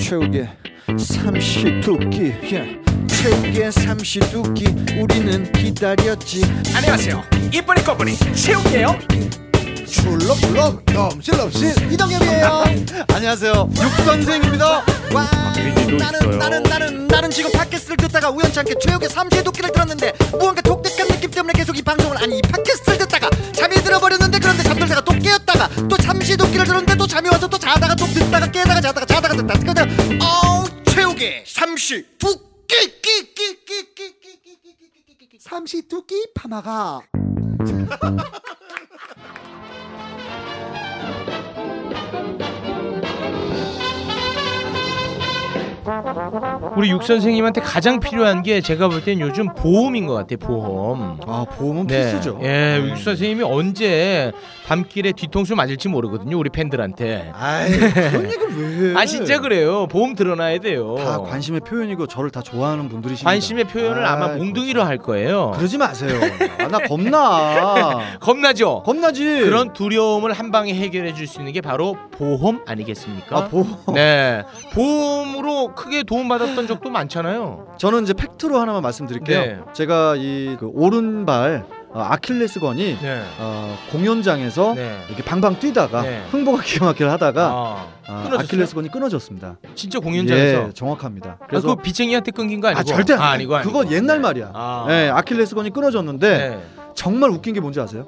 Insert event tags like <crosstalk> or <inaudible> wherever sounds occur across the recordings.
최후의 삼시두끼 예. 최후의 삼시두끼 우리는 기다렸지 안녕하세요. 이쁜이 꺼분이 채울게요. 출렁출렁 넘실넘실 이동엽이에요 안녕하세요 육선생입니다 와 민지도 나는 있어요. 나는 나는 나는 지금 팟캐스트를 듣다가 우연찮게 최욱의 삼시의 도끼를 들었는데 무언가 독특한 느낌 때문에 계속 이 방송을 아니 이 팟캐스트를 듣다가 잠이 들어버렸는데 그런데 잠들다가 또 깨었다가 또 잠시의 도끼를 들었는데 또 잠이 와서 또 자다가 또 듣다가 깨다가 자다가 자다가 듣다가 그냥 어우 최욱의 삼시 도끼 끼끼끼끼끼끼끼끼끼끼끼끼 삼시 도끼 파마가 우리 육 선생님한테 가장 필요한 게 제가 볼 땐 요즘 보험인 것 같아요. 보험. 아 보험은 필수죠 음. 예, 육 선생님이 언제 밤길에 뒤통수 맞을지 모르거든요. 우리 팬들한테. 아이 그런 얘기를 왜 네. 아 진짜 그래요. 보험 드러나야 돼요. 다 관심의 표현이고 저를 다 좋아하는 분들이시니까 관심의 표현을 아마 아이, 뭐 몽둥이로 할 거예요. 그러지 마세요 아, 나 <laughs> 겁나 겁나죠. 겁나지 그런 두려움을 한 방에 해결해 줄 수 있는 게 바로 보험 아니겠습니까? 아 보험 네, 보험으로 크게 도움 받았던 적도 많잖아요. 저는 이제 팩트로 하나만 말씀드릴게요. 네. 제가 이그 오른발 어, 아킬레스건이 네, 어, 공연장에서 네. 이렇게 방방 뛰다가 네. 흥보가 기가 막히게 하다가 아, 아, 끊어졌어요? 아킬레스건이 끊어졌습니다. 진짜 공연장에서. 예, 정확합니다. 그 아, 그래서 그거 비쟁이한테 끊긴 거 아니고? 아, 절대 아니에요. 아니고 아니고. 그건 옛날 말이야. 아. 예, 아킬레스건이 끊어졌는데 네. 정말 웃긴 게 뭔지 아세요?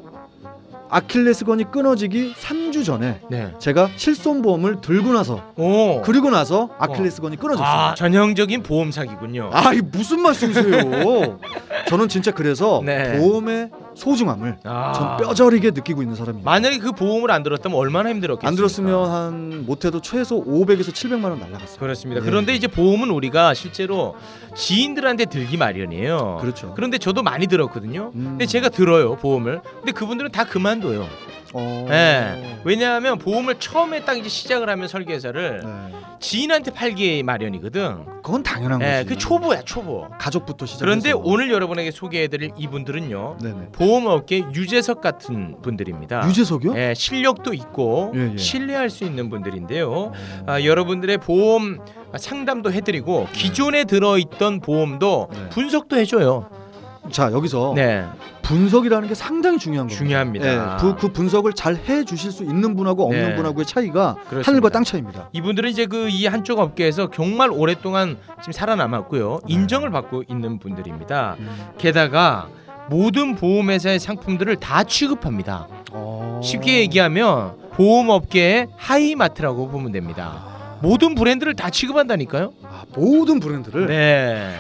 아킬레스건이 끊어지기 3주 전에 네. 제가 실손보험을 들고 나서 오. 그리고 나서 아킬레스건이 끊어졌습니다. 어. 아, 전형적인 보험 사기군요. 아, 이 무슨 <laughs> 말씀이세요? 저는 진짜 그래서 네. 보험의 소중함을 아. 전 뼈저리게 느끼고 있는 사람입니다. 만약에 그 보험을 안 들었다면 얼마나 힘들었겠어요. 안 들었으면 한 못해도 최소 500에서 700만 원 날라갔어요. 그렇습니다. 네. 그런데 이제 보험은 우리가 실제로 지인들한테 들기 마련이에요. 그렇죠. 그런데 저도 많이 들었거든요. 음. 근데 제가 들어요 보험을. 근데 그분들은 다 그만둬요. 어... 예. 왜냐하면 보험을 처음에 딱 이제 시작을 하면 설계사를 네. 지인한테 팔기 마련이거든. 그건 당연한 예. 거지. 그 초보야 초보. 가족부터 시작. 그런데 오늘 여러분에게 소개해드릴 이분들은요 네네. 보험업계 유재석 같은 분들입니다. 유재석이요? 예, 실력도 있고 예, 어. 예. 신뢰할 수 있는 분들인데요. 아, 여러분들의 보험 상담도 해드리고 기존에 들어있던 보험도 네. 어. 분석도 해줘요. 자 여기서 네, 분석이라는 게 상당히 중요한 겁니다. 중요합니다. 예, 부- 그 분석을 잘 해주실 수 있는 분하고 없는 네. 분하고의 차이가 그렇습니다. 하늘과 땅 차이입니다. 이분들은 이제 그 이 한쪽 업계에서 정말 오랫동안 지금 살아남았고요 네. 인정을 받고 있는 분들입니다. 게다가 모든 보험회사의 상품들을 다 취급합니다. 어. 쉽게 얘기하면 보험업계의 하이마트라고 보면 됩니다. 아, 모든 브랜드를 다 취급한다니까요. 아, 모든 브랜드를 네.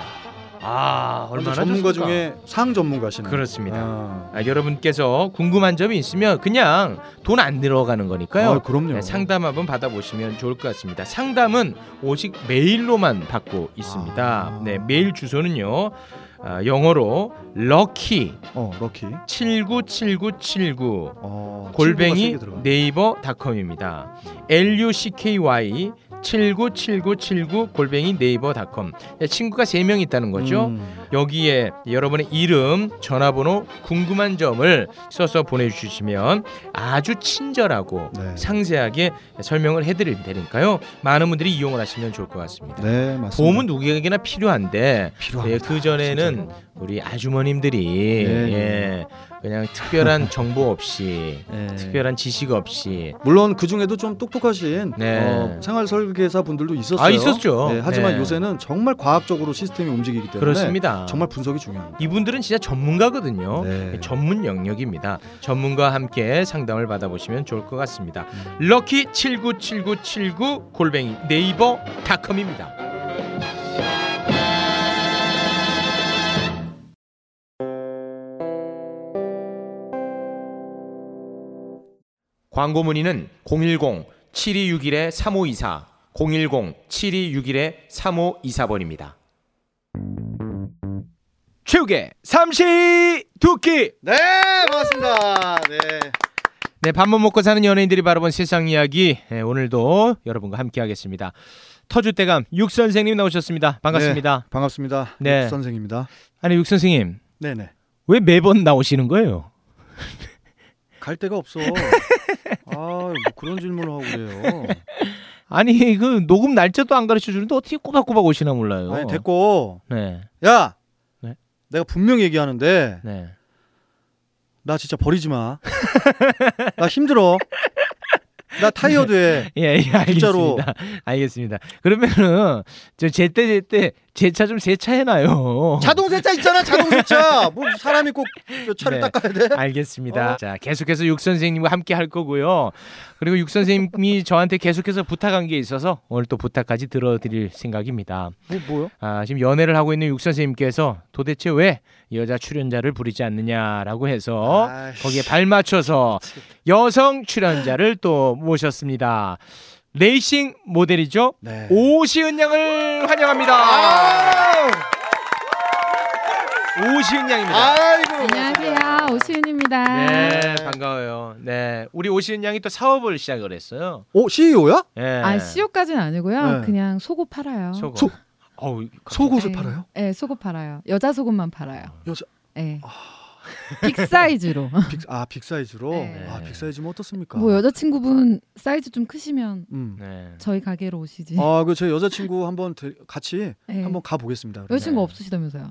아 얼마나 전문가 좋습니까? 중에 상 전문가시네. 그렇습니다. 아, 아, 여러분께서 궁금한 점이 있으면 그냥 돈 안 들어가는 거니까요. 아, 그럼요. 네, 상담 한번 받아보시면 좋을 것 같습니다. 상담은 오직 메일로만 받고 있습니다. 아. 네, 메일 주소는요. 아, 영어로 lucky 어, 럭키. 797979 어, 골뱅이 네, 친구가 세게 들어가. 네이버닷컴입니다. L U C K Y 797979 골뱅이 네이버닷컴. 친구가 세 명 있다는 거죠. 음. 여기에 여러분의 이름, 전화번호, 궁금한 점을 써서 보내주시면 아주 친절하고 네. 상세하게 설명을 해드릴 테니까요. 많은 분들이 이용을 하시면 좋을 것 같습니다. 네, 맞습니다. 보험은 누구에게나 필요한데 필요합니다. 예, 그 전에는 진짜로. 우리 아주머님들이 네. 예, 그냥 특별한 정보 없이 예. 특별한 지식 없이 물론 그 중에도 좀 똑똑하신 네. 어, 생활 설계사 분들도 있었어요. 아, 있었죠. 네, 하지만 네. 요새는 정말 과학적으로 시스템이 움직이기 때문에 그렇습니다. 정말 분석이 중요합니다. 이분들은 진짜 전문가거든요. 네. 전문 영역입니다. 전문가와 함께 상담을 받아보시면 좋을 것 같습니다. 음. 럭키 797979 골뱅이 네이버닷컴입니다. 광고 문의는 010 7261의 3524 010 7261의 3524번입니다. 최욱의 삼시 두끼 네, 반갑습니다. 네. 네, 밥 못 먹고 사는 연예인들이 바라본 세상 이야기 예, 오늘도 여러분과 함께하겠습니다. 터줏대감 육 선생님 나오셨습니다. 반갑습니다. 반갑습니다. 네. 육 선생입니다. 아니 육 선생님 네, 네. 왜 매번 나오시는 거예요? <laughs> 갈 데가 없어. 아, 뭐 그런 질문을 하고 그래요. 아니 그 녹음 날짜도 안 가르쳐 주는데 어떻게 꼬박꼬박 오시나 몰라요. 아니 됐고 네, 야 네? 내가 분명 히 얘기하는데 네. 나 진짜 버리지 마. 나 힘들어. 나 타이어드 해. 예, 예 알겠습니다. 진짜로. 알겠습니다. 그러면은 저 제때 제때 제 차 좀 세차해놔요. 자동 세차 있잖아, 자동 <laughs> 세차. 뭐 사람이 꼭저 차를 네. 닦아야 돼? 어. 알겠습니다. 자, 계속해서 육 선생님과 함께 할 거고요. 그리고 육 선생님이 <laughs> 저한테 계속해서 부탁한 게 있어서 오늘 또 부탁까지 들어드릴 생각입니다. 뭐 뭐요? 아, 지금 연애를 하고 있는 육 선생님께서 도대체 왜 여자 출연자를 부리지 않느냐라고 어? 해서 아이씨. 거기에 발맞춰서 여성 출연자를 또 모셨습니다. 레이싱 모델이죠. 네. 오시은 양을 환영합니다. 아우, 오시은 양입니다. 아이고. 안녕하세요. 오시은입니다. 네, 반가워요. 네, 우리 오시은 양이 또 사업을 시작을 했어요. 오, E CEO야? 예. 아, CEO까지는 아니고요. 네. 그냥 속옷 팔아요. 속옷. 소- 어우, 속옷을 네. 팔아요? 네, 속옷 팔아요. 여자 속옷만 팔아요. 여자- 아. 네. 빅 사이즈로. 빅, 아, 빅 사이즈로. 네. 아, 빅 사이즈면 어떻습니까? 뭐 여자친구분 사이즈 좀 크시면 음. 네. 저희 가게로 오시지. 아, 그 제 여자친구 한번 데- 같이 네. 한번 네. 가 보겠습니다. 여자친구 없으시다면서요?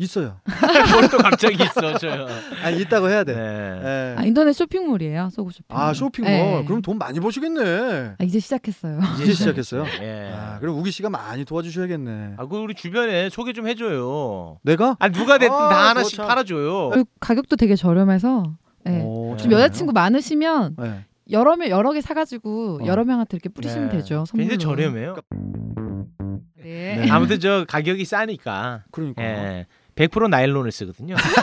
있어요. <laughs> 뭘또 갑자기 있어, 저요. <laughs> 아, 있다고 해야 돼. 예. 네. 아, 인터넷 쇼핑몰이에요. 속옷 쇼핑. 아, 쇼핑몰. 그럼 돈 많이 버시겠네. 아, 이제 시작했어요. 이제 시작했어요. 네. 예. 아, 아, 그럼 우기 씨가 많이 도와주셔야겠네. 그 우리 주변에 소개 좀 해줘요. 내가? 아 누가 됐든 아, 다 하나씩 그거 참. 팔아줘요. 그리고 가격도 되게 저렴해서. 네. 오, 좀 여자친구 많으시면 네. 여러 명 여러 개 사가지고 어. 여러 명한테 이렇게 뿌리시면 네. 되죠. 선물로. 굉장히 저렴해요. 네. 네. 아무튼 저 가격이 싸니까. 그러니까. 예. 100% <laughs> 나일론을 쓰거든요. 그래서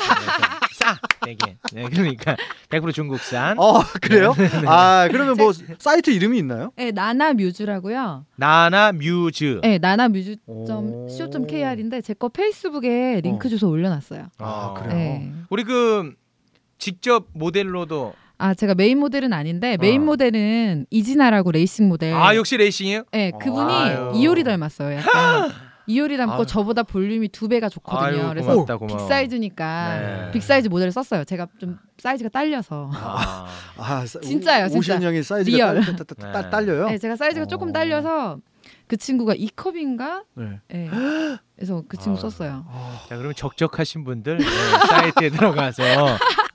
싸. 되게. 네, 그러니까 100% 중국산. 어 그래요? 아 그러면 뭐 사이트 이름이 있나요? 네, 나나 뮤즈라고요. 나나 뮤즈. 네, 나나 뮤즈. 오. .co. kr인데 제 거 페이스북에 링크 어. 주소 올려놨어요. 아, 그래요? 네. 우리 그 직접 모델로도 아 제가 메인 모델은 아닌데 메인 어. 모델은 이진아라고 레이싱 모델. 아 역시 레이싱이에요? 네, 그분이 아유. 아. 이효리 닮았어요. 약간 이효리 닮고 아유. 저보다 볼륨이 두 배가 좋거든요. 아유, 그래서 고맙다, 고마워. 빅 사이즈니까 네. 빅 사이즈 모델을 썼어요. 제가 좀 사이즈가 딸려서. 아, 아 진짜예요, 진짜. 오시은 양의 사이즈가 리얼. 딸, 딸, 딸, 딸, 네. 딸려요. 네, 제가 사이즈가 어. 조금 딸려서 그 친구가 이 컵인가? 네. <gasps> 네. 그래서 그 친구 아유. 썼어요. 아, 자, 그러면 적적하신 분들 네, 사이트에 <laughs> 들어가서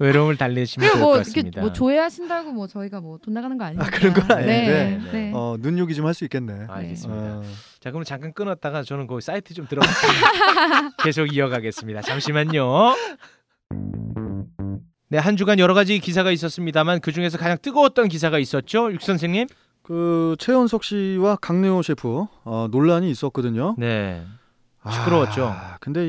외로움을 달래시면 그리고 좋을 것 뭐 이렇게 같습니다. 뭐 조회하신다고 뭐 저희가 뭐 돈 나가는 거 아니니까. 그런 건 아닌데. 네. 네. 네. 어, 눈요기 좀 할 수 있겠네. 알겠습니다. 어. 자, 그럼 잠깐 끊었다가 저는 거기 사이트 좀 들어가 <laughs> 계속 이어가겠습니다. 잠시만요. 네, 한 주간 여러 가지 기사가 있었습니다만 그 중에서 가장 뜨거웠던 기사가 있었죠, 육 선생님? 그 최연석 씨와 강래호 셰프 어, 논란이 있었거든요. 네, 아, 시끄러웠죠. 근데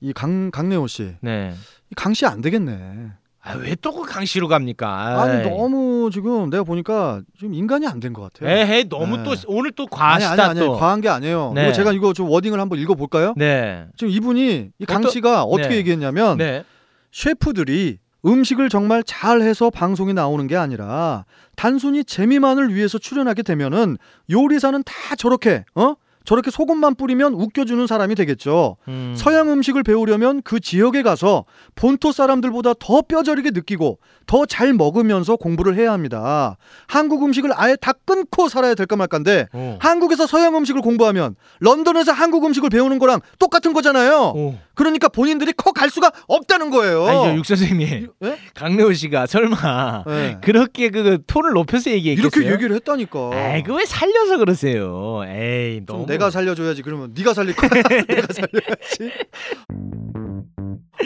이이강 강래호 네. 씨강 씨 안 되겠네. 아, 왜 또 그 강시로 갑니까? 아니 아이. 너무 지금 내가 보니까 지금 인간이 안 된 것 같아요. 에헤이, 너무 네. 또 오늘 또 아니 과하시다 아니 아니 또. 과한 게 아니에요. 네. 이거 제가 이거 좀 워딩을 한번 읽어볼까요? 네. 지금 이분이 이 강 어떠- 씨가 어떻게 네. 얘기했냐면 네. 셰프들이 음식을 정말 잘해서 방송에 나오는 게 아니라 단순히 재미만을 위해서 출연하게 되면은 요리사는 다 저렇게 어 저렇게 소금만 뿌리면 웃겨주는 사람이 되겠죠. 음. 서양 음식을 배우려면 그 지역에 가서 본토 사람들보다 더 뼈저리게 느끼고 더 잘 먹으면서 공부를 해야 합니다. 한국 음식을 아예 다 끊고 살아야 될까 말까인데 오. 한국에서 서양 음식을 공부하면 런던에서 한국 음식을 배우는 거랑 똑같은 거잖아요. 오. 그러니까 본인들이 커 갈 수가 없다는 거예요. 어. 아니죠, 육 선생님. <laughs> 예? 강래호 씨가 설마 예. 그렇게 그 톤을 높여서 얘기했겠어요? 이렇게 얘기를 했다니까. 아이 그왜 살려서 그러세요? 에이 좀 너무 내가 살려줘야지. 그러면 네가 살릴 <laughs> 거야. <laughs> 내가 살려야지.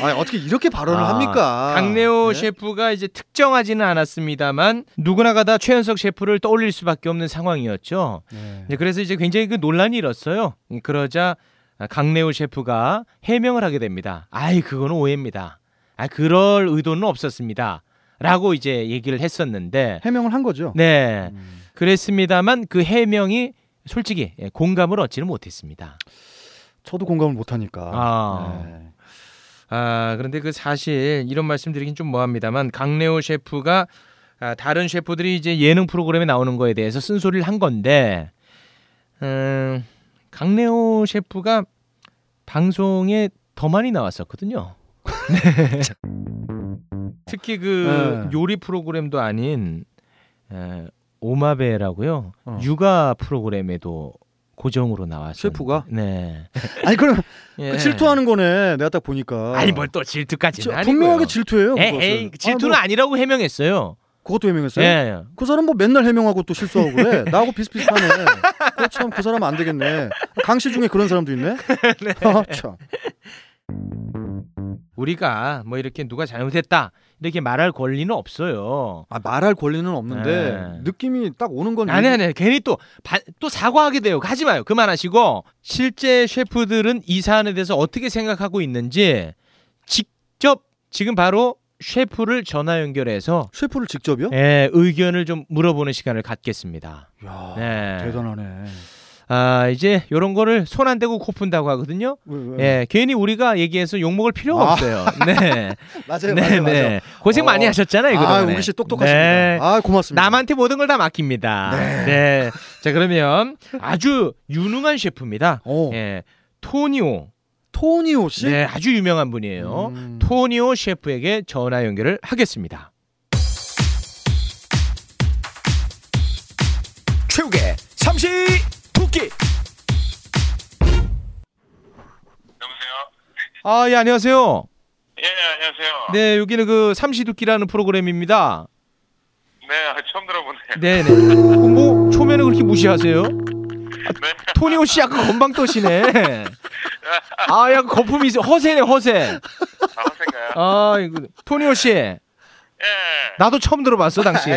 아 어떻게 이렇게 발언을 아, 합니까? 강래호 네? 셰프가 이제 특정하지는 않았습니다만 누구나가 다 최연석 셰프를 떠올릴 수밖에 없는 상황이었죠. 네. 이제 그래서 이제 굉장히 그 논란이 일었어요. 음, 그러자 강래호 셰프가 해명을 하게 됩니다. 아이 그거는 오해입니다. 아 그럴 의도는 없었습니다. 라고 이제 얘기를 했었는데 해명을 한 거죠. 네 음. 그랬습니다만 그 해명이 솔직히 예, 공감을 얻지는 못했습니다. 저도 공감을 못 하니까. 아. 네. 아 그런데 그 사실 이런 말씀드리긴 좀 뭐합니다만 강래호 셰프가 아, 다른 셰프들이 이제 예능 프로그램에 나오는 거에 대해서 쓴소리를 한 건데 음, 강래호 셰프가 방송에 더 많이 나왔었거든요. 네. <laughs> 특히 그 네. 요리 프로그램도 아닌 에, 오마베라고요. 어. 육아 프로그램에도 고정으로 나왔어요. 셰프가? 네. 아니 그럼 예. 그 질투하는 거네. 내가 딱 보니까. 아니 뭘 또 질투까지는 저- 아니고요. 분명하게 질투예요. 그것은. 에이, 그 질투는 아, 뭐, 아, 니라고 해명했어요. 그것도 해명했어요. 예. 그 사람 뭐 맨날 해명하고 또 실수하고 그래. 나하고 비슷비슷하네. 어, 참그 사람 안 되겠네. 강씨 중에 그런 사람도 <laughs> 있네. 아, 참. 우리가 뭐 이렇게 누가 잘못했다 이렇게 말할 권리는 없어요. 아, 말할 권리는 없는데 네. 느낌이 딱 오는 건 아니 아니 괜히 또 또 사과하게 돼요. 하지 마요. 그만하시고 실제 셰프들은 이 사안에 대해서 어떻게 생각하고 있는지 직접 지금 바로 셰프를 전화 연결해서 셰프를 직접이요? 예, 의견을 좀 물어보는 시간을 갖겠습니다. 이야, 네. 아, 대단하네. 아 이제 요런 거를 손 안 대고 코 푼다고 하거든요. 왜, 왜? 예, 괜히 우리가 얘기해서 욕 먹을 필요가 음. 아. 없어요. 네, 맞아요, 맞아요, 네, 맞아요. 네. 고생 많이 어. 하셨잖아요. 이거 아, 때문에. 우기 씨 똑똑하십니다. 네. 아, 고맙습니다. 남한테 모든 걸 다 맡깁니다. 네. 자 그러면 아주 유능한 셰프입니다. 어, 예, 토니오. 토니오 씨. 네, 아주 유명한 분이에요. 음. 토니오 셰프에게 전화 연결을 하겠습니다. 최욱의 삼시 두끼 여보세요? 아, 예, 안녕하세요. 예, 안녕하세요. 네. 네, 여기는 그 삼시두끼라는 프로그램입니다. 아, 처음 들어보네요. 네, 네. 뭐 초면을 그렇게 무시하세요? 아, 네. 토니오 씨 약간 건방떠시네. 아, 약간 거품이 있어. 허세네, 허세. 아, <laughs> 생각. 아, 이거 토니오 씨. 예. 나도 처음 들어봤어, 당신.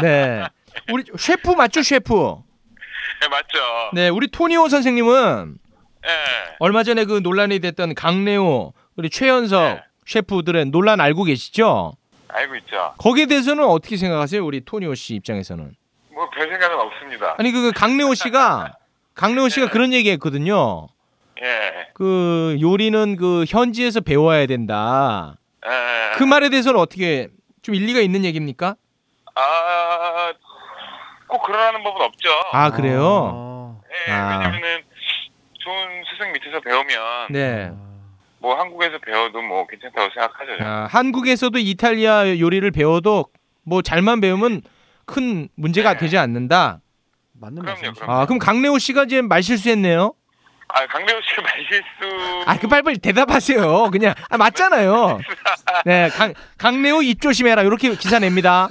네. 우리 셰프 맞죠, 셰프? 예, 맞죠. 네, 우리 토니오 선생님은 예. 얼마 전에 그 논란이 됐던 강래호 우리 최연석 네. 셰프들의 논란 알고 계시죠? 알고 있죠. 거기에 대해서는 어떻게 생각하세요? 우리 토니오 씨 입장에서는. 뭐 별 생각은 없습니다. 아니 그 강래호 씨가 강래호 씨가 그런 얘기했거든요. 예. 그 요리는 그 현지에서 배워야 된다. 예. 그 말에 대해서는 어떻게 좀 일리가 있는 얘기입니까? 아, 꼭 그러라는 법은 없죠. 아 그래요. 예, 아. 왜냐면은 좋은 스승 밑에서 배우면 네. 뭐 한국에서 배워도 뭐 괜찮다고 생각하죠. 저는. 아, 한국에서도 이탈리아 요리를 배워도 뭐 잘만 배우면 큰 문제가 네. 되지 않는다. 맞는 그럼요, 말씀이죠. 그럼요. 아 그럼 강래호 씨가 지금 말 실수했네요. 아, 강대호 씨가 <laughs> 말실수. 아 그 빨리빨리 대답하세요. 그냥 아, 맞잖아요. 네, 강 강래호 입 조심해라. 이렇게 기사 냅니다.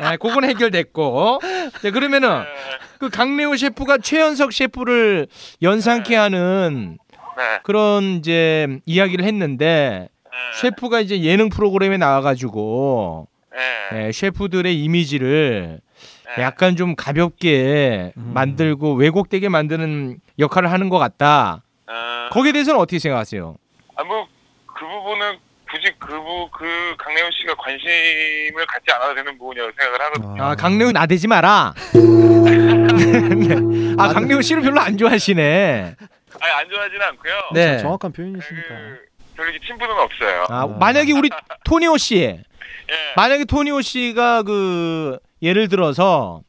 네, 그건 해결됐고. 네, 그러면은 예. 그 강래호 셰프가 최연석 셰프를 연상케 하는 네. 그런 이제 이야기를 했는데 예. 셰프가 이제 예능 프로그램에 나와가지고 예. 네, 셰프들의 이미지를 예. 약간 좀 가볍게 만들고 왜곡되게 만드는 역할을 하는 것 같다. 어. 거기에 대해서는 어떻게 생각하세요? 아, 뭐, 그 부분은 굳이 그, 부, 그 강래훈 씨가 관심을 갖지 않아도 되는 부분이라고 생각을 어. 하거든요. 아, 강래훈 나대지 마라. 네. 아, 강래훈 씨를 별로 안 좋아하시네. 아니, 안 좋아하진 않고요. 네. 정확한 표현이시니까. 그, 별로 이렇게 친분은 없어요. 아, 만약에 우리 토니오 씨, 예. 만약에 토니오 씨가 그 예를 들어서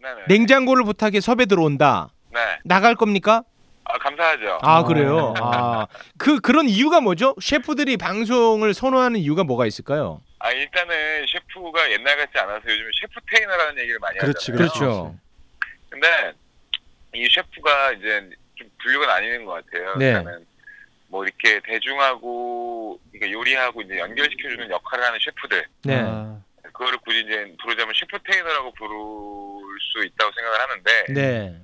네네. 냉장고를 부탁해 섭외 들어온다. 네. 나갈 겁니까? 아, 감사하죠. 아, 그래요. 아, 그 그런 이유가 뭐죠? 셰프들이 방송을 선호하는 이유가 뭐가 있을까요? 아, 일단은 셰프가 옛날 같지 않아서 요즘 셰프 테이너라는 얘기를 많이 그렇지, 하잖아요. 그렇지. 그렇죠. 근데 이 셰프가 이제 좀 분류가 나뉘는 것 같아요. 네. 그러니까는 뭐 이렇게 대중하고 그러니까 요리하고 이제 연결시켜주는 역할을 하는 셰프들. 네. 아, 그거를 굳이 이제 부르자면 셰프테이너라고 부를 수 있다고 생각을 하는데 네.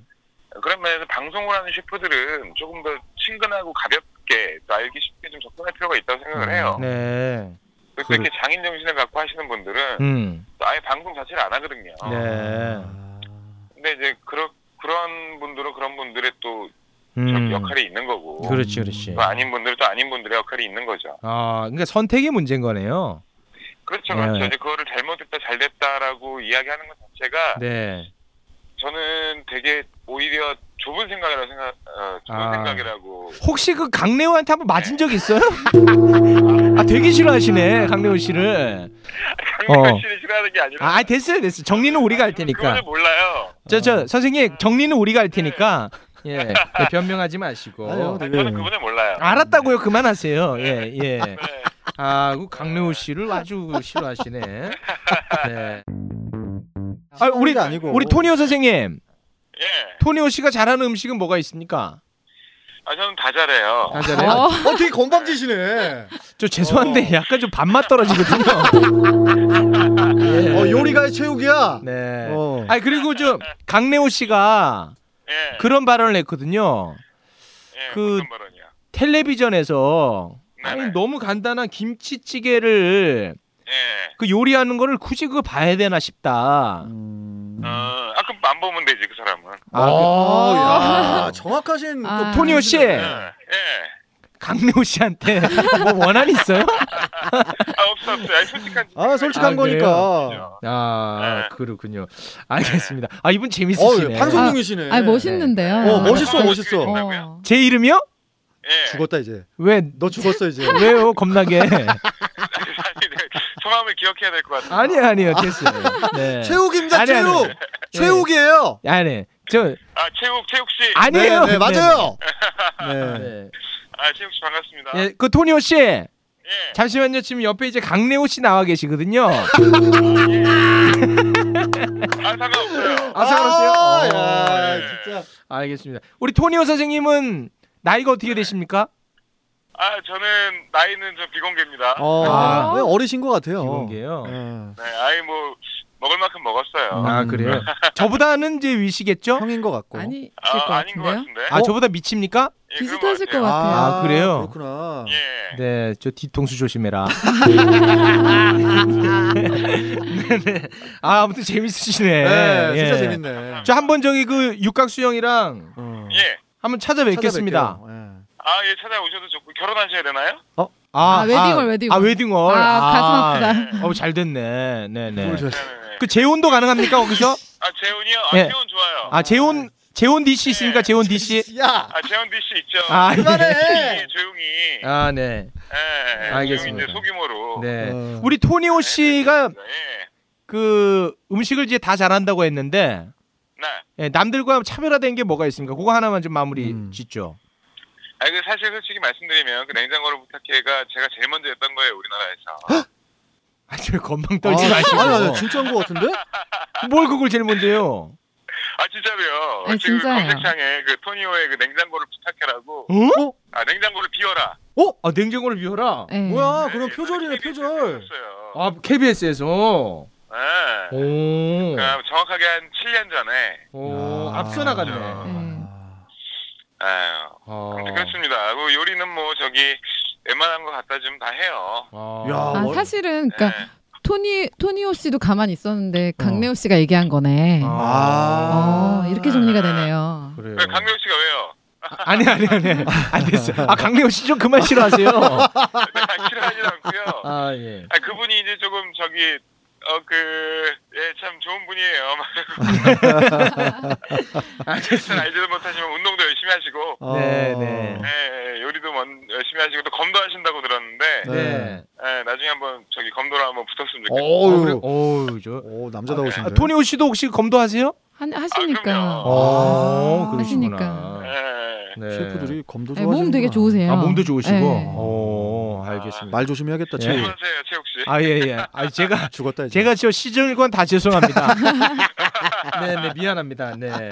그런 면에서 방송을 하는 셰프들은 조금 더 친근하고 가볍게 또 알기 쉽게 좀 접근할 필요가 있다고 생각을 해요. 음, 네. 그래서 이렇게 장인 정신을 갖고 하시는 분들은 음. 또 아예 방송 자체를 안 하거든요. 네. 아. 근데 이제 그런 그런 분들은 그런 분들의 또 저기 음. 역할이 있는 거고 그렇지, 그렇지. 또 아닌 분들은 또 아닌 분들의 역할이 있는 거죠. 아, 그러니까 선택의 문제인 거네요. 그렇죠, 네. 그렇죠. 이제 그거를 잘못했다, 잘됐다라고 이야기하는 것 자체가 네. 저는 되게 오히려 좁은 생각이라고 생각, 어, 좁은 아. 생각이라고. 혹시 그 강래호한테 한번 맞은 적 있어요? <laughs> 아, 되게 싫어하시네, 강래호 씨를. 강민호 씨를 싫어하는 게 아니라. 아, 됐어요, 됐어요. 정리는 우리가 할 그거는 테니까. 몰라요. 저, 저, 선생님, 정리는 우리가 할 테니까. 어. 네. <laughs> 예. 네, 변명하지 마시고. 아니요. 아니, 네. 저는 그분을 몰라요. 알았다고요, 그만하세요. 예, <laughs> 예. 네. <laughs> 아, 그 강래호 씨를 아주 싫어하시네. 네. 아, 우리 그게 아니고. 우리 토니오 선생님, 예. 토니오 씨가 잘하는 음식은 뭐가 있습니까? 아 저는 다 잘해요. 다 잘해요. 어. 어. 어, 되게 건방지시네. 저 죄송한데 약간 좀 밥맛 <laughs> 떨어지거든요. 예. 어, 요리가의 체육이야. 네. 어. 아 그리고 저 강래호 씨가 예. 그런 발언을 했거든요. 예, 그- 무슨 발언이야? 텔레비전에서 아니 네네. 너무 간단한 김치찌개를 예. 그 요리하는 거를 굳이 그거 봐야 되나 싶다. 어, 아 그럼 안 보면 되지 그 사람은. 아, 그- 아, 어, 야. 야, 정확하신 아. 그 토니오 씨, 예. 예. 강래호 씨한테 뭐 원한 있어요? 아 없어 없어. 아니, 솔직한. 아, 솔직한 아, 거니까. 진짜죠. 아 네. 그렇군요. 알겠습니다. 아 이분 어, 뭐 재밌으시네. 방송용이시네. 아 멋있는데요. 어, 멋있어, 아, 멋있어. 아, 어. 제 이름이요? 예. 죽었다 이제. 왜 너 죽었어 이제. 왜요? 겁나게. 아니, 네. 성함을 기억해야 될 것 같아요. 아니 아니요 됐어요. <laughs> 네. 체육입니다, 아니, 네. 아니. 체육. 체육이에요. 아니 네. 저 아 체육 체육 씨. 아니에요. 네, 네, 맞아요. 네. 네. 아 체육 씨 반갑습니다. 예, 그 토니오 씨 예. 잠시만요. 지금 옆에 이제 강래호 씨 나와 계시거든요. 아 상관없어요. 아 상관없어요. 아, 어, 야, 예. 진짜. 알겠습니다. 우리 토니오 선생님은 나이가 어떻게 되십니까? 아 저는 나이는 좀 비공개입니다. 어, 아. 네, 어리신 것 같아요. 비공개요? 예. 네. 아이 뭐 먹을 만큼 먹었어요. 아 그래요. 저보다는 이제 위시겠죠? 형인 것 같고. 아니실 것 아, 아닌 것 같은데요. 같은데. 아 저보다 미칩니까? 예, 그런 비슷하실 것 같아요. 같아요. 아, 그래요? 그렇구나. 예. 네, 저 뒤통수 조심해라. 네네. 아 아무튼 재밌으시네. 네, 진짜 예. 재밌네. 저 한 번 저기 그 육각수 형이랑 어. 예. 한번 찾아뵙겠습니다. 찾아뵐게요. 예. 아, 예, 찾아오셔도 좋고 결혼하셔야 되나요? 아, 아, 웨딩홀, 웨딩홀. 아 웨딩홀. 아, 가슴 아프다. 어잘 됐네. 네네. 뭘 저- 네네네. 그 재혼도 가능합니까 거기서? 아, 재훈이요? 아, 예. 재훈 좋아요. 아, 아 재혼 재혼 DC 있습니까? 재혼 DC. 야, 재훈 DC 있죠. 아 그만해. 예. <laughs> 조용히, 조용히. 아 네. 예, 예, 알겠습니다. 조용히 이제 소규모로. 네. 어. 우리 토니오 씨가 예. 그 음식을 이제 다 잘한다고 했는데 네. 예, 남들과 차별화된 게 뭐가 있습니까? 그거 하나만 좀 마무리 음. 짓죠. 아, 그 사실 솔직히 말씀드리면 그 냉장고를 부탁해가 제가 제일 먼저 했던 거예요, 우리나라에서. 아니 왜 건방 떨지 마시고 아니, 아니, 진짜인 것 같은데? 뭘 그걸 제일 먼저요? 아, 진짜로요. 아니, 지금 진짜예요. 검색창에 그 토니오의 그 냉장고를 부탁해라고. 어? 아, 냉장고를 비워라. 아 냉장고를 비워라. 네. 뭐야, 예, 아, 그런 표절이네, KBS 에서 표절. 했었어요. 아 KBS에서. 오. 아. 예. 그러니까 정확하게 한 7년 전에. 오. 야. 앞서 나갔네. 네. 네. 아, 아유. 아. 네. 아무튼 그렇습니다. 그 요리는 뭐 저기 웬만한 거 갖다 주면 다 해요. 아. 야. 아, 월- 사실은 그러니까 예. 토니 토니오 씨도 가만히 있었는데 강래호 씨가 얘기한 거네. 어, 아. 이렇게 정리가 되네요. 그래요. 왜 강명 씨가 왜요? 아, <laughs> 아니 아니 아니 안 됐어요. 아 강래호 씨 좀 <laughs> 그만 싫어하세요. 아, 싫어하진 않고요. 아 예. 아, 그분이 이제 조금 저기 어, 그, 어그예참 좋은 분이에요. <laughs> 잘 알지도 못하시면 운동도 열심히 하시고 어. 네, 네. 예, 예, 요리도 먼- 열심히 하시고 또 검도 하신다고 들었는데 네. 예, 나중에 한번 저기 검도랑 한번 붙었으면 좋겠어요. 어우, 아, 어우 저. 오, 아, 남자다우신데. 토니오 씨도 혹시 검도하세요? 하, 하시니까 그럼요. 어, 아, 하시니까. 그러시구나. 예. 네. 셰프들이 검도 네, 좋아하시는구나. 몸 되게 좋으세요. 아 몸도 좋으시고. 네. 오, 알겠습니다. 말 조심해야겠다, 예. 체육. 안녕하세요, 최욱 씨. 아 예 예. 아 제가 죽었다 이제. 제가 저 시즌권 다 죄송합니다. <laughs> 네, 네 미안합니다. 네.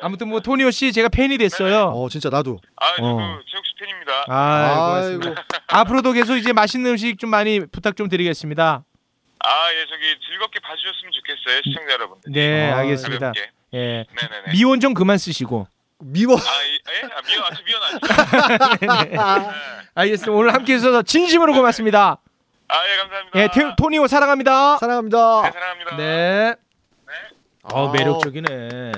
아무튼 뭐 토니오 씨 제가 팬이 됐어요. 어, 진짜 나도. 아, 저도 어. 최욱 씨 팬입니다. 아, 고맙습니다. 앞으로도 계속 이제 맛있는 음식 좀 많이 부탁 좀 드리겠습니다. 아, 예, 저기 즐겁게 봐주셨으면 좋겠어요, 시청자 여러분들. 네, 아, 알겠습니다. 가볍게. 예. 네네네. 미혼 좀 그만 쓰시고. 미워. <laughs> 아, 예? 예? 아, 미안, 아주 미안하죠. 알겠습니다. 오늘 함께 해주셔서 진심으로 고맙습니다. 아, 예, 감사합니다. 예, 테- 토니오 사랑합니다. 사랑합니다. 네, 사랑합니다. 네. 어, 아우. 매력적이네.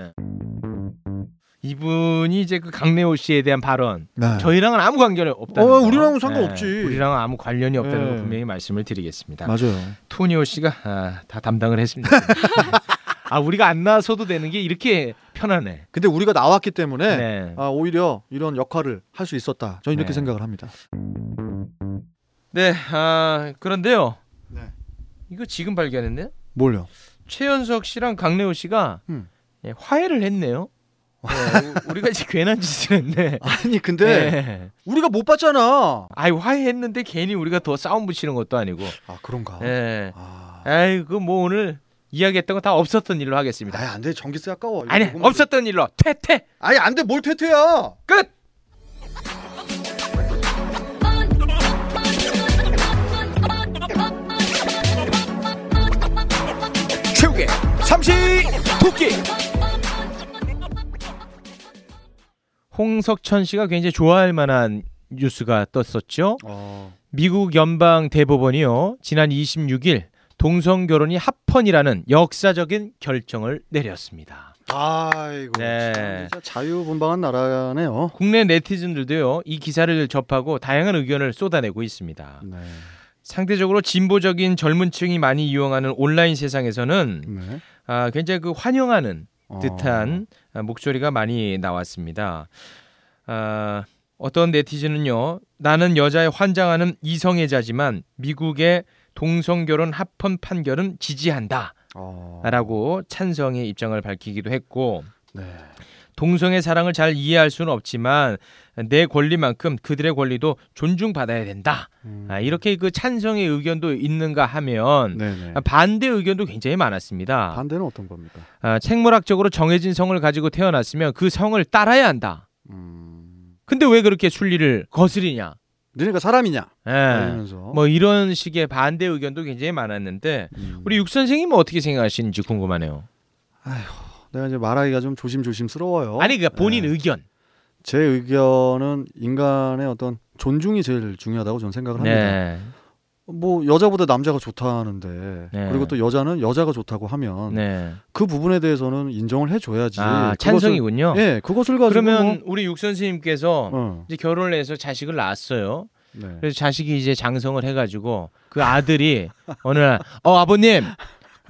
이분이 이제 그 강래호 씨에 대한 발언. 네. 저희랑은 아무 관련이 없다는 어, 거. 우리랑은 상관없지. 네, 우리랑은 아무 관련이 없다는 걸 네. 분명히 말씀을 드리겠습니다. 맞아요. 토니오 씨가 아, 다 담당을 <laughs> 했습니다. 아, 우리가 안 나서도 되는 게 이렇게 편하네. 근데 우리가 나왔기 때문에 네. 아, 오히려 이런 역할을 할 수 있었다. 저는 이렇게 네. 생각을 합니다. 네, 아, 그런데요. 네. 이거 지금 발견했네. 뭘요? 최연석 씨랑 강래호 씨가 음. 예, <laughs> 화해를 했네요. 예, 우- 우리가 이제 괜한 짓을 했네. 아니 근데 예. 우리가 못 봤잖아. 아이 화해했는데 네. 괜히 우리가 더 싸움 붙이는 것도 아니고. 아 그런가? 예. 아, 아이 그뭐 오늘 이야기했던 거 다 없었던 일로 하겠습니다. 아안 돼. 전기세 아까워. 이거 아니 뭐 녹음하고- 없었던 일로 퇴퇴 아니 안 돼. 뭘 퇴퇴야. 끝. 최욱의 삼시 토끼 홍석천 씨가 굉장히 좋아할 만한 뉴스가 떴었죠. 어. 미국 연방 대법원이요 지난 26일 동성 결혼이 합헌이라는 역사적인 결정을 내렸습니다. 아이고. 네. 참 진짜 자유분방한 나라네요. 국내 네티즌들도요 이 기사를 접하고 다양한 의견을 쏟아내고 있습니다. 네. 상대적으로 진보적인 젊은층이 많이 이용하는 온라인 세상에서는 네. 아, 굉장히 그 환영하는 어. 듯한 아, 목소리가 많이 나왔습니다. 아, 어떤 네티즌은요, 나는 여자에 환장하는 이성애자지만 미국의 동성 결혼 합헌 판결은 지지한다라고 어. 아, 찬성의 입장을 밝히기도 했고. 네. 동성의 사랑을 잘 이해할 수는 없지만 내 권리만큼 그들의 권리도 존중받아야 된다. 음. 아, 이렇게 그 찬성의 의견도 있는가 하면 네네. 아, 반대 의견도 굉장히 많았습니다. 반대는 어떤 겁니까? 아, 생물학적으로 정해진 성을 가지고 태어났으면 그 성을 따라야 한다. 음. 근데 왜 그렇게 순리를 거스리냐? 너네가 사람이냐? 예. 이러면서. 뭐 이런 식의 반대 의견도 굉장히 많았는데 음. 우리 육 선생님은 뭐 어떻게 생각하시는지 궁금하네요. 내가 이제 말하기가 좀 조심조심스러워요. 아니 그러니까 본인 네. 의견. 제 의견은 인간의 어떤 존중이 제일 중요하다고 저는 생각을 합니다. 네. 뭐 여자보다 남자가 좋다는데 네. 그리고 또 여자는 여자가 좋다고 하면 네. 그 부분에 대해서는 인정을 해줘야지. 아, 그것을- 찬성이군요. 예, 그것을 가지고 그러면 우리 육 선생님께서 뭐, 어, 이제 결혼을 해서 자식을 낳았어요. 네. 그래서 자식이 이제 장성을 해가지고 그 아들이 어느 날 어 아버님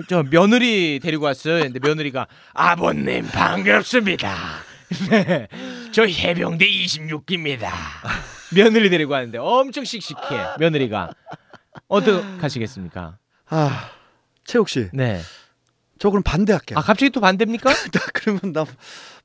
저 며느리 데리고 왔어요. 근데 며느리가 아버님 반갑습니다. 네, 저 해병대 26기입니다. 며느리 데리고 왔는데 엄청 씩씩해 며느리가 어떡하시겠습니까? 아, 채욱 씨, 네. 저 그럼 반대할게요. 아 갑자기 또 반대입니까? 그러면 나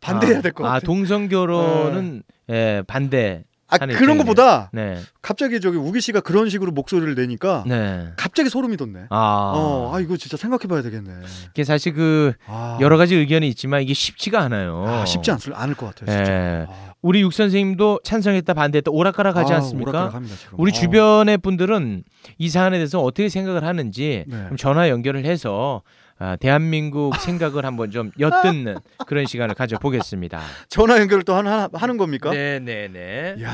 반대해야 될 것 네. 아, 아 같아. 동성 결혼은 예 반대. 아, 하는 그런 입장이네요. 것보다 네. 갑자기 저기 우기 씨가 그런 식으로 목소리를 내니까 네. 갑자기 소름이 돋네. 아. 어, 아 이거 진짜 생각해봐야 되겠네. 이게 사실 그 아, 여러 어. 가지 의견이 있지만 이게 쉽지가 않아요. 아, 쉽지 않을, 않을 것 같아요. 진짜. 예. 아, 우리 육 선생님도 찬성했다 반대했다 오락가락하지 아, 않습니까? 오락가락합니다, 지금. 우리 어. 주변의 분들은 이 사안에 대해서 어떻게 생각을 하는지 네. 좀 전화 연결을 해서 아, 대한민국 생각을 <laughs> 한번 좀 엿듣는 그런 시간을 가져보겠습니다. 전화 연결을 또 하나, 하나- 하는 겁니까? 네. 네네네. 이야.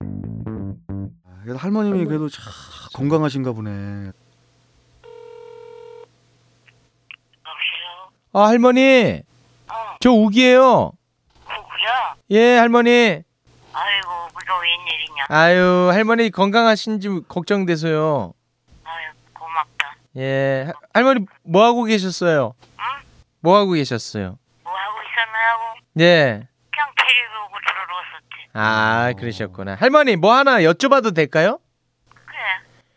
아, 그래도 할머님이 그래도 참 건강하신가 보네. 그러니까 아 할머니, 어. 저 우기예요. 누구야? 예 할머니. 아이고, 그게 웬일이냐? 아유 할머니 건강하신지 걱정돼서요. 아유, 고맙다. 예 할- 할머니 뭐 하고 계셨어요? 뭐 하고 계셨어요? 뭐 하고 있었나 하고 네. 그냥 데리고 들어왔었지. 아 그러셨구나 할머니 뭐 하나 여쭤봐도 될까요? 그래,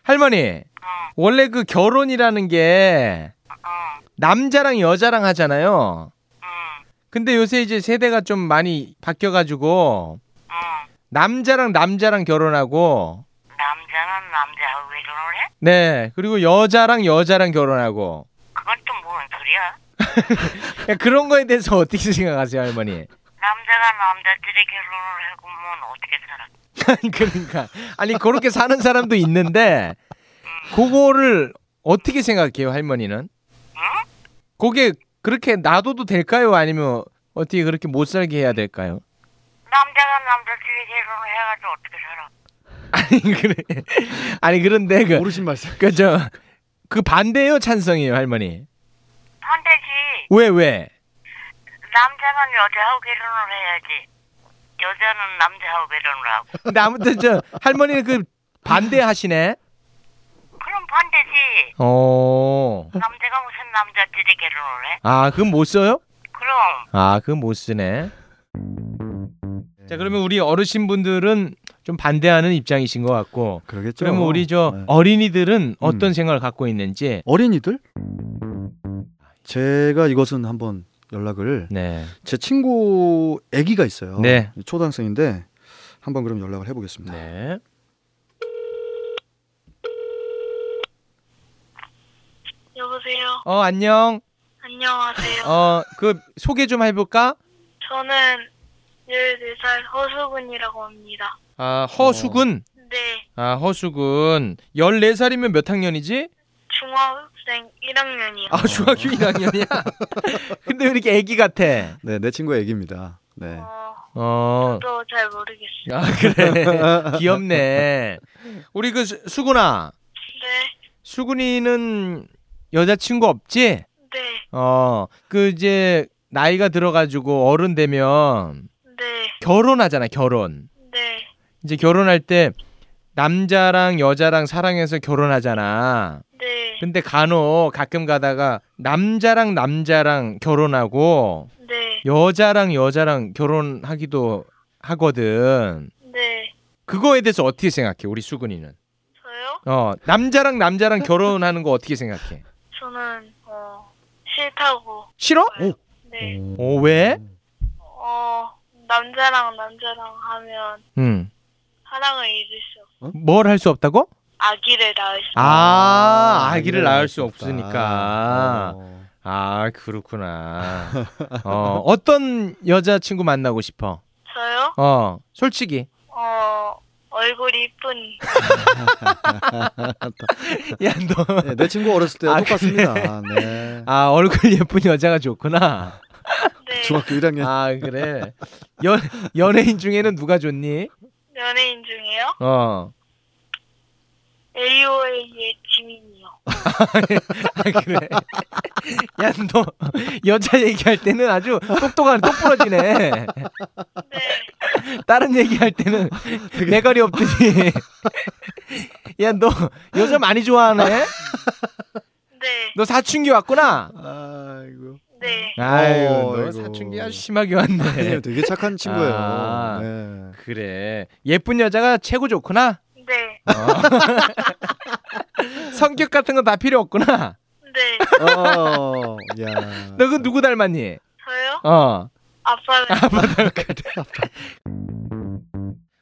할머니 네. 어, 원래 그 결혼이라는 게 어, 남자랑 여자랑 하잖아요 응, 근데 요새 이제 세대가 좀 많이 바뀌어가지고 응. 남자랑 남자랑 결혼하고 남자는 남자하고 왜 결혼을 해? 네 그리고 여자랑 여자랑 결혼하고 그러니까 그건 또 뭔 소리야? 그런 거에 대해서 <laughs> 어떻게 생각하세요 할머니 남자가 남자들이 결혼을 하고 면 어떻게 살아? 아니 <laughs> 그러니까 아니 그렇게 사는 사람도 있는데 그거를 어떻게 생각해요 할머니는? 그게 그렇게 놔둬도 될까요? 아니면 어떻게 그렇게 못 살게 해야 될까요? <laughs> 남자가 남자들이 결혼을 해가지고 어떻게 살아? 아니 그래 아니 그런데 모르신 말씀. 그그저그 반대예요 찬성이에요 할머니 반대지. 왜 왜? 남자는 여자하고 결혼을 해야지. 여자는 남자하고 결혼을 하고. 근데 아무튼 저 할머니는 그 반대하시네. 그럼 반대지. 어. 남자가 무슨 남자들이 결혼을 해? 아 그건 못 써요? 그럼 아, 그건 못 쓰네. 자, 그러면 우리 어르신분들은 좀 반대하는 입장이신 것 같고, 그러겠죠. 그러면 우리 저 네. 어린이들은 어떤 생각을 갖고 있는지, 어린이들? 제가 이것은 한번 연락을 네, 제 친구 아기가 있어요. 네. 초등학생인데 한번 그럼 연락을 해보겠습니다. 네, 여보세요? 여보세요. 어 안녕. 안녕하세요. 어 그 소개 좀 해볼까? 저는 14살 허수근이라고 합니다. 아 허수근. 네, 아 허수근. 14살이면 몇 학년이지? 중학생 1학년이요. 아 중학교 1학년이야. <laughs> 근데 왜 이렇게 애기 같아? 네, 내 친구 애기입니다. 네. 어, 어. 저도 잘 모르겠어요. 아 <laughs> 그래. 귀엽네. 우리 그 수- 수근아. 네, 수근이는 여자친구 없지? 네, 어, 그 이제 나이가 들어가지고 어른 되면 네, 결혼하잖아, 결혼. 네, 이제 결혼할 때 남자랑 여자랑 사랑해서 결혼하잖아. 네, 근데 간혹 가끔 가다가 남자랑 남자랑 결혼하고 네, 여자랑 여자랑 결혼하기도 하거든. 네. 그거에 대해서 어떻게 생각해, 우리 수근이는? 저요? 어, 남자랑 남자랑 결혼하는 거 어떻게 생각해? 저는 어, 싫다고. 싫어? 네, 어, 왜? 어, 남자랑 남자랑 하면 응. 사랑을 잃을 수, 없- 뭘 할 수 없다고? 아기를 낳을 수. 아, 아기를 아기를 낳을 수 없다. 없으니까. 어. 아, 그렇구나. 어, 어떤 여자친구 만나고 싶어? 저요? 어, 솔직히. <laughs> 어, 얼굴이 이쁜. 야, 너. 네, 내 친구 어렸을 때와 아, 똑같습니다. 네. 아, 얼굴 예쁜 여자가 좋구나. 네, 중학교 1학년. 아, 그래. 연, 연예인 중에는 누가 좋니? 연예인 중에요? 어. AOA의 지민이요. 아, 그래. <laughs> 야, 너. 여자 얘기할 때는 아주 똑똑한, 똑부러지네. 네, 다른 얘기할 때는 내가리 없더니 야 너 여자 많이 좋아하네 네, 너 사춘기 왔구나 아이고. 네. 아유 어, 너 아이고. 사춘기 아주 심하게 아니에요, 왔네 되게 착한 친구예요. 아. 네. 어, 그래 예쁜 여자가 최고 좋구나 어. 네, <laughs> 성격 같은 건 다 필요 없구나 네. 어, 야. 너 그 누구 닮았니 저요? 어 <laughs> 아빠는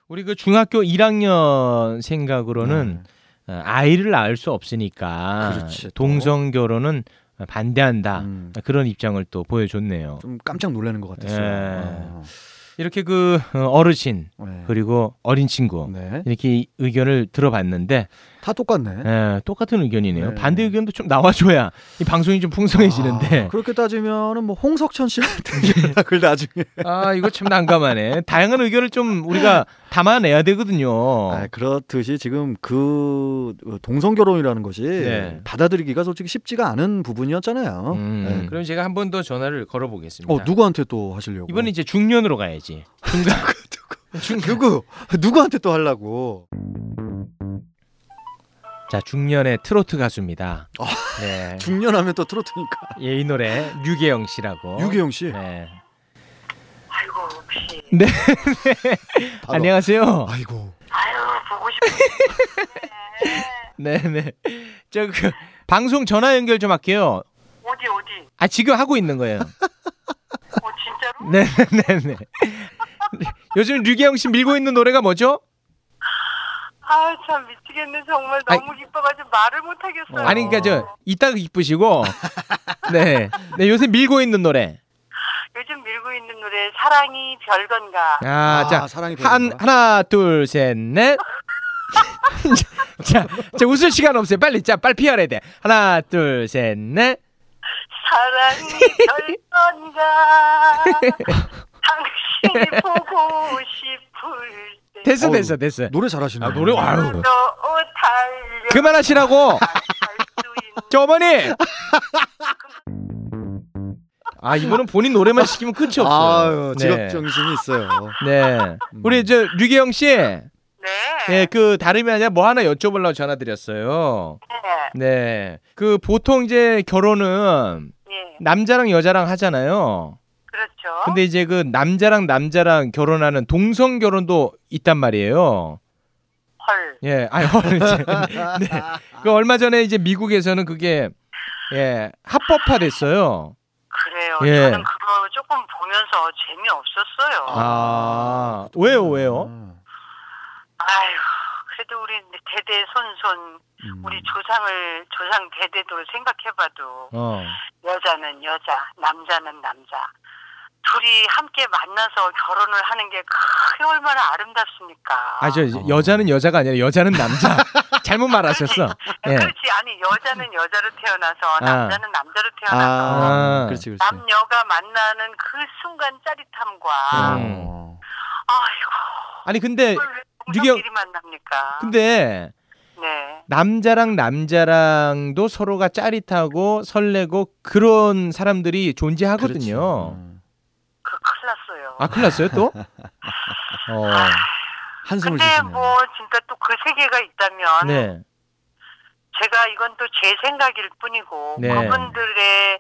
우리 그 중학교 1학년 생각으로는 어, 아이를 낳을 수 없으니까 그렇지, 또. 동성 결혼은 반대한다 음, 그런 입장을 또 보여줬네요 좀 깜짝 놀라는 것 같았어요. 예. 어, 이렇게 그 어, 어르신 네. 그리고 어린 친구 네. 이렇게 이- 의견을 들어봤는데 다 똑같네. 에, 똑같은 의견이네요. 네. 반대 의견도 좀 나와줘야 이 방송이 좀 아, 풍성해지는데 그렇게 따지면은 뭐 홍석천 <laughs> 씨한테 연락을 나중에. 아 이거 참 난감하네. 다양한 의견을 좀 우리가 담아내야 되거든요. 아, 그렇듯이 지금 그 동성 결혼이라는 것이 네. 받아들이기가 솔직히 쉽지가 않은 부분이었잖아요. 음, 네. 그럼 제가 한 번 더 전화를 걸어보겠습니다. 어 누구한테 또 하시려고? 이번에 이제 중년으로 가야지. 중간 중간. <laughs> 누구 누구한테 또 하려고? 자 중년의 트로트 가수입니다. 아. 네. 중년하면 또 트로트니까. 예, 이 노래 유계영 씨라고. 유기영 씨. 네. 아이고 혹시 바로. 안녕하세요. 아이고. 아유 보고 싶어. 네네. 저 그 방송 전화 연결 좀 할게요. 어디 어디? 아 지금 하고 있는 거예요. 어 진짜로? 네네네. 요즘 류기영 씨 밀고 있는 노래가 뭐죠? 아 참 미치겠네 정말 너무 기뻐가지고 말을 못 하겠어요. 아니 그러니까 저 이따가 기쁘시고. 네. 네 요새 밀고 있는 노래. 요즘 밀고 있는 노래 사랑이 별건가. 아, 자. 사랑이 한 하나 둘 셋 넷. <laughs> 자, 자 웃을 시간 없어요. 빨리 자 빨리 피어야 돼. 하나 둘 셋 넷. 사랑이 <laughs> 별건가. <laughs> 당신이 보고 싶을 때. 됐어 어우, 됐어 됐어. 노래 잘하시네. 아, 노래, 아유. 너 달려. 그만하시라고. 갈수 있는 저 어머니. 아 이분은 본인 노래만 시키면 끝이 없어요. 아유 직업 네. 정신이 있어요. 네. 우리 저 류기영 씨, 네. 예, 그 다름이 아니라 뭐 하나 여쭤보려고 전화드렸어요. 네. 네. 그 보통 이제 결혼은 예. 남자랑 여자랑 하잖아요. 그렇죠. 근데 이제 그 남자랑 남자랑 결혼하는 동성 결혼도 있단 말이에요. 헐. 예, <laughs> 아유, 이제, 네. 그 얼마 전에 이제 미국에서는 그게 예 합법화됐어요. 그래요. 예. 저는 그거 조금 보면서 재미없었어요. 아, 왜요, 왜요? 아, 아휴, 그래 그래도 우리 대대 손손 음. 우리 조상을 조상 대대도 생각해봐도 어. 여자는 여자, 남자는 남자. 둘이 함께 만나서 결혼을 하는 게 그게 얼마나 아름답습니까? 아, 저 여자는 여자가 아니라 여자는 <laughs> 남자. 잘못 말하셨어. 예. 그렇지 아니 여자는 여자로 태어나서 아. 남자는 남자로 태어나서 아, 아. 그렇지 그렇지. 남녀가 만나는 그 순간 짜릿함과 음. 어. 아이고 아니 근데 이걸 왜 유경- 동성끼리 만납니까? 근데 네. 남자랑 남자랑도 서로가 짜릿하고 설레고 그런 사람들이 존재하거든요. 그렇지. 음. 그 큰일 났어요. 아, 큰일 났어요, <laughs> 또? 어. 한숨을 근데 쉬시네요. 뭐 진짜 또 그 세계가 있다면 네. 제가 이건 또 제 생각일 뿐이고 네. 그분들의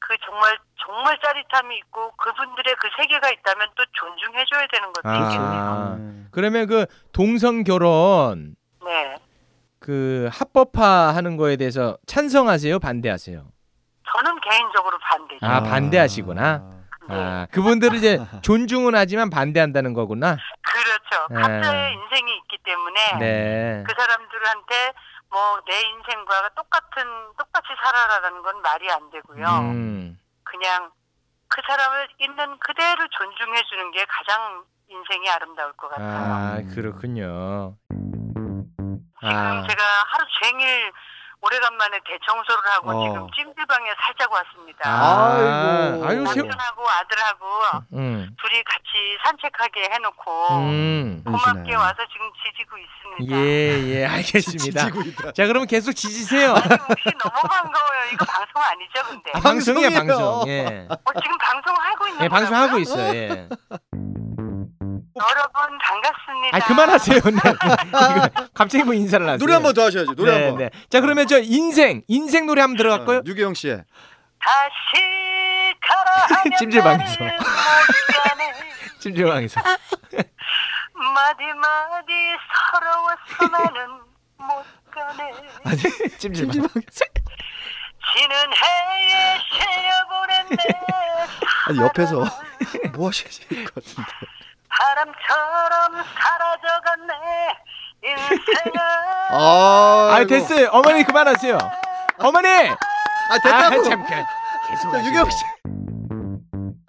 그 정말 정말 짜릿함이 있고 그분들의 그 세계가 있다면 또 존중해줘야 되는 것도 있겠네요. 아. 음. 그러면 그 동성 결혼 네, 그 합법화 하는 거에 대해서 찬성하세요, 반대하세요? 저는 개인적으로 반대죠. 아, 반대하시구나. 네. 아, 그분들은 <laughs> 이제 존중은 하지만 반대한다는 거구나. 그렇죠. 네. 각자의 인생이 있기 때문에 네. 그 사람들한테 뭐 내 인생과 똑같은 똑같이 살아라라는 건 말이 안 되고요. 음. 그냥 그 사람을 있는 그대로 존중해 주는 게 가장 인생이 아름다울 것 같아요. 아, 그렇군요. 지금 아, 제가 하루 종일 오래간만에 대청소를 하고 어. 지금 찜질방에 살짝 왔습니다. 아, 아이고. 음. 아유, 세 남편하고 아들하고 음. 둘이 같이 산책하게 해놓고 음. 고맙게 그러시네. 와서 지금 지지고 있습니다. 예, <laughs> 예, 알겠습니다. 지지고 있다. 자, 그러면 계속 지지세요. 아니, 혹시 너무 반가워요. 이거 방송 아니죠, 근데? 아, <laughs> 방송이에요, 방송이에요. 방송. 예. 어, 지금 방송하고 있는 예, 거라고요? 방송하고 있어요. 예. 여러분 반갑습니다. 아, 그만하세요. <laughs> 네. 이거 갑자기 뭐 인사를 하세요. 노래 한 번 더 하셔야죠. 노래 네, 한 번. 네. 자, 그러면 저 인생, 인생 노래 한번 들어갈까요? 어, 유기영 씨의 다시 가라 하면 <laughs> 찜질방에서. 나는 못 가네. 찜질방에서. 마디마디 <laughs> 서러워서 나는 못 가네 찜질방. 지는 해에 실려보낸 내 아니, 옆에서. <laughs> 사랑은 뭐 하실 것 같은데. 바람처럼 사라져간 내 인생은 <laughs> 어. 아, 아, 됐어요. 어머니 그만하세요. 어머니! 아, 아, 됐다고. 잠깐. 계속. 자, 유경 씨.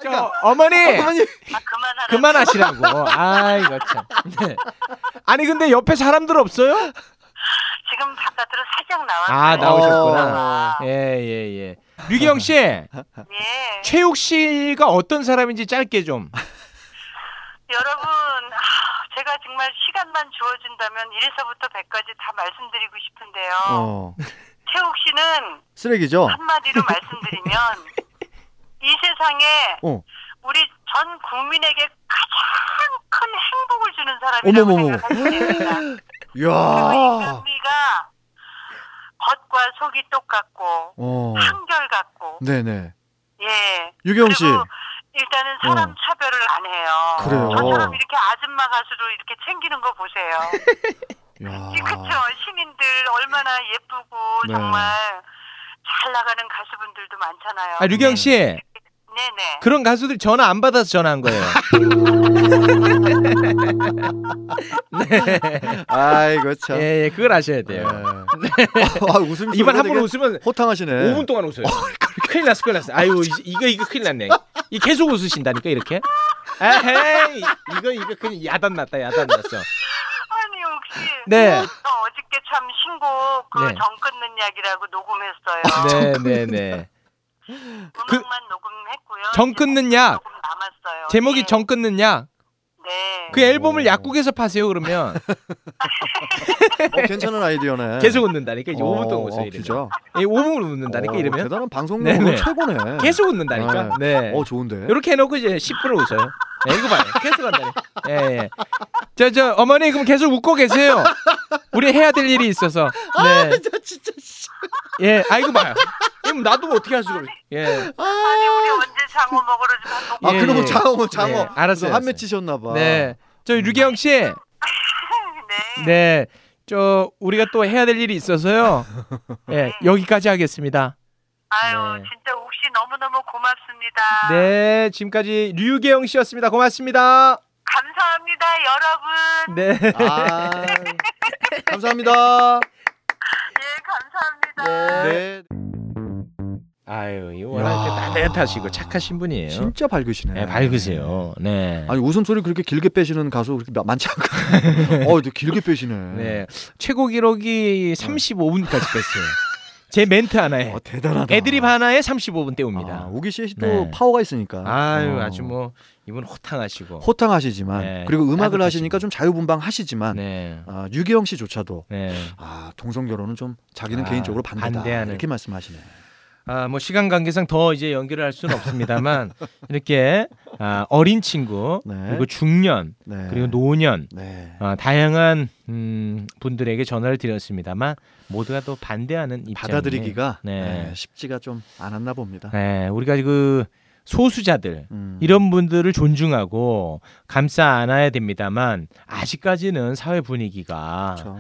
저, 어머니! 아니, 아, 그만하라 그만하시라고. 아, 이거 참. 네. 아니, 근데 옆에 사람들 없어요? 지금 바깥으로 살짝 나왔어요 아, 나오셨구나. 아, 예, 예, 예. 류기영 씨, 예 최욱 씨가 어떤 사람인지 짧게 좀. 여러분 아, 제가 정말 시간만 주어진다면 1에서부터 100까지 다 말씀드리고 싶은데요 어. 최욱 씨는 쓰레기죠. 한마디로 말씀드리면 이 세상에 어. 우리 전 국민에게 가장 큰 어머머머. 행복을 주는 사람이라고 아. 생각합니다. 이야. 이가 겉과 속이 똑같고 어. 한결 같고 네네. 예 유경 씨. 그리고 일단은 사람 어. 차별을 안 해요. 그래요. 저처럼 이렇게 아줌마 가수로 이렇게 챙기는 거 보세요. 야. 이 그쵸 시민들 얼마나 예쁘고 아. 네. 정말 잘 나가는 가수분들도 많잖아요. 아, 류경 씨, 네네. 그런 가수들 전화 안 받아서 전화한 거예요. 아이고 참. 예, 예, 그걸 아셔야 네. 돼요. 아, 웃음 이번 한 번 웃으면 호탕하시네. 5분 동안 웃어요. 큰일 났어, 큰일 났어. 아유, 이- 이거 이거 큰일 났네. 이 계속 웃으신다니까 이렇게. 에헤이, 이거 이거 그냥 야단 났다, 야단 났어. 아니 혹시 네. 저 어저께 참 신곡 네. 그정 끊는 약이라고 녹음했어요. 아, 네, 네, 네. 음악만 녹음했고요. 정 끊는 약. 녹음 남았어요. 제목이 예. 정 끊느냐? 네. 그 앨범을 약국에서 파세요 그러면 어, 괜찮은 아이디어네. <laughs> 계속 웃는다니까 이제 5분 동안 어, 웃어요. 어, 이러면. 진짜. 예, 5분 웃는다니까 어, 이러면 대단한 네네. 방송력으로 최고네. 계속 웃는다니까. 네. 어, 좋은데. 이렇게 해놓고 이제 10% 웃어요. 예, 이거 봐요. 계속 한다니까. 예, 예. 저, 저, 어머니, 그럼 계속 웃고 계세요. 우리 해야 될 일이 있어서. 네. 아, 진짜 예, 아, 이거 봐요. 그럼 나도 뭐 어떻게 할 수가 없 예. 아니 우리 언제 장어 먹으러 좀 한번 아, 예, 그러면 예. 장어 장어. 예, 알았어요. 한매 치셨나 봐. 네. 저, 음. 류기영 씨. <laughs> 네. 네. 저, 우리가 또 해야 될 일이 있어서요. 예, 여기까지 하겠습니다. 아유 네. 진짜 혹시 너무 너무 고맙습니다. 네. 지금까지 류기영 씨였습니다. 고맙습니다. 아 감사합니다, 여러분. 네. 아, 감사합니다. 예, 감사합니다. 네. 아유, 이 워낙 이렇게 따뜻하시고 착하신 분이에요. 진짜 밝으시네. 네, 밝으세요. 네. 아니 웃음소리 그렇게 길게 빼시는 가수 그렇게 마- 많지 <laughs> 않거든요. 어, 근데 길게 빼시네. 네. 최고 기록이 35분까지 뺐어요. 제 멘트 하나에 어, 대단하다. 애드립 하나에 35분 아, 때웁니다. 우기 씨의 또 네. 파워가 있으니까. 아유, 어. 아주 뭐 이분 호탕하시고. 호탕하시지만 네, 그리고 음악을 따뜻하시고. 하시니까 좀 자유분방하시지만 네. 아, 유기영 씨조차도 네. 아, 동성 결혼은 좀 자기는 아, 개인적으로 반대다. 반대하는. 이렇게 말씀하시네. 아, 뭐 시간 관계상 더 이제 연기를 할 수는 <laughs> 없습니다만 이렇게 아, 어린 친구 네. 그리고 중년 네. 그리고 노년 네. 아, 다양한 음, 분들에게 전화를 드렸습니다만 모두가 또 반대하는 입장 받아들이기가 네. 네, 쉽지가 좀 않았나 봅니다. 네, 우리가 그 소수자들 음. 이런 분들을 존중하고 감싸 안아야 됩니다만 아직까지는 사회 분위기가 그렇죠.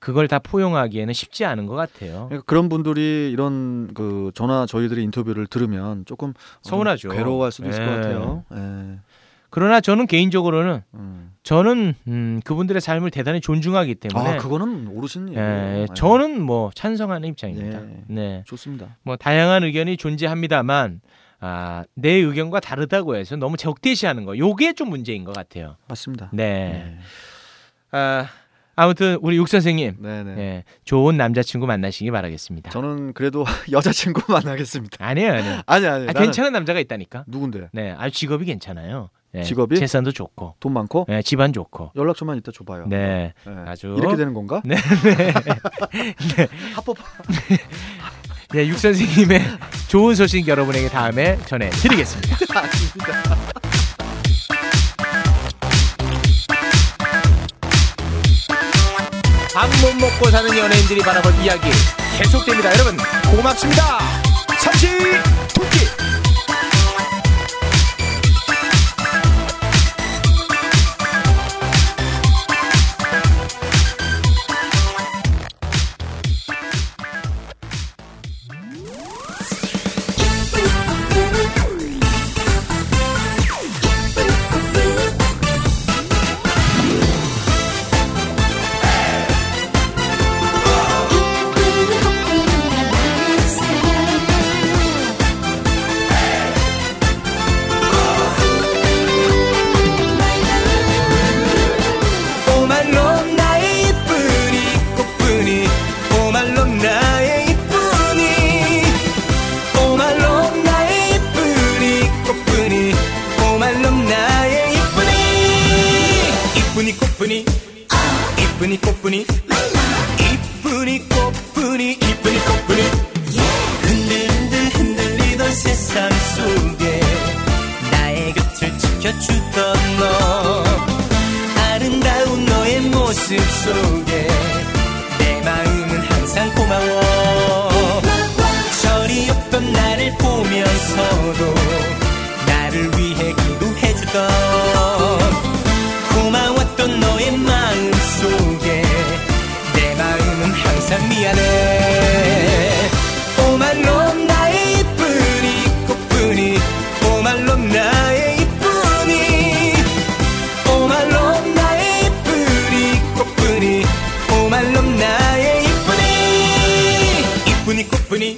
그걸다 포용하기에는 쉽지 않은 것 같아요. 그러니까 그런 분들이 이런 그 전화 저희들이 인터뷰를 들으면 조금 서운하죠. 어, 괴로워할 수도 있을 것 예. 같아요. 예. 그러나 저는 개인적으로는 음. 저는 음, 그분들의 삶을 대단히 존중하기 때문에 아 그거는 모르시는 예, 얘기예요. 예. 저는 뭐 찬성하는 입장입니다. 예. 네. 좋습니다. 뭐 다양한 의견이 존재합니다만 아, 내 의견과 다르다고 해서 너무 적대시하는 거 요게 좀 문제인 것 같아요. 맞습니다. 네. 아, 아무튼 우리 육 선생님 네, 네. 예, 좋은 남자친구 만나시기 바라겠습니다. 저는 그래도 <laughs> 여자친구 만나겠습니다. 아니에요, 아니에요. 아니 아니. 아, 네, 나는 괜찮은 남자가 있다니까. 누군데? 네, 아 직업이 괜찮아요. 네, 직업이? 재산도 좋고, 돈 많고? 네, 집안 좋고. 연락처만 이따 줘봐요. 네, 예. 아주 이렇게 되는 건가? <laughs> 네, 네. 합법 네, 육 선생님의 좋은 소식 여러분에게 다음에 전해드리겠습니다. 밥 못 먹고 사는 연예인들이 바라볼 이야기 계속됩니다 여러분 고맙습니다 삼시 두끼 오말론 나의 이쁜이 꽃뿐이 오말론 나의 이쁜이 오말론 나의 이쁜이 꽃뿐이 오말론 나의 이쁜이 이쁜이 꽃뿐이 이쁜이 꽃뿐이 이쁜이 꽃뿐이 이쁜이 꽃뿐이 흔들흔들 흔들리던 세상 속에 나의 곁을 지켜주던 너 아름다운 너의 모습 속에 내 마음은 항상 고마워 절이 없던 나를 보면서도 나를 위해 기도해주던 고마웠던 너의 마음 속에 내 마음은 항상 미안해 오말론 나의 이쁜이 꽃뿐이 오말론 나의 이쁜이 오말롬 나의 이쁜이 꽃뿐이 오말롬 나의 이쁜이 이쁜이 꽃뿐이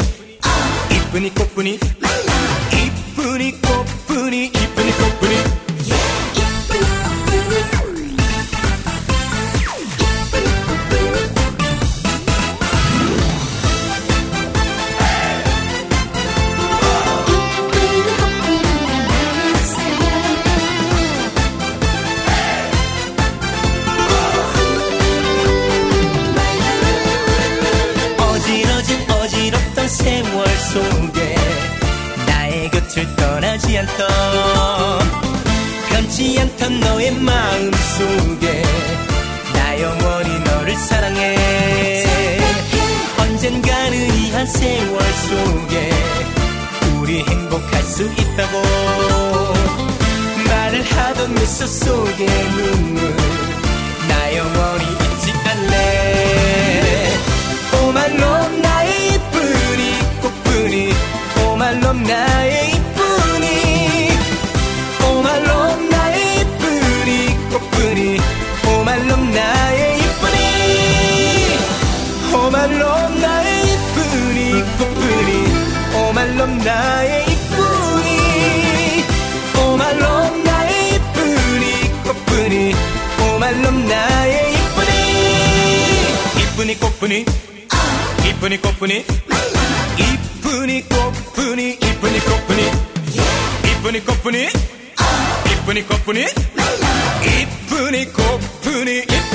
이쁜이 꽃뿐이 이쁜이 꽃뿐이 이쁜이 꽃뿐이 어지러진 어지럽던 세월 속에 나의 곁을 떠나지 않던 변치 않던 너의 마음 속에 나 영원히 너를 사랑해 언젠가는 이 한 세월 속에 우리 행복할 수 있다고 말을 하던 미소 속에 눈물 나 영원히 잊지 않네 오말롬 나의 이쁜이 꽃뿐이 오말롬 나의 이쁜이 오말롬 나의 이쁜이 오말롬 나의 이쁜이 오말롬 나의 이쁜이 꽃분이 오말롬 나의 이쁜이 이쁜이 꽃분이 이쁜이 꽃분이 이쁜이 꽃분이 이쁜이 꽃분이 이쁜이 꽃분이 이쁜이 꽃분이 이쁜이 꽃분이 이쁜이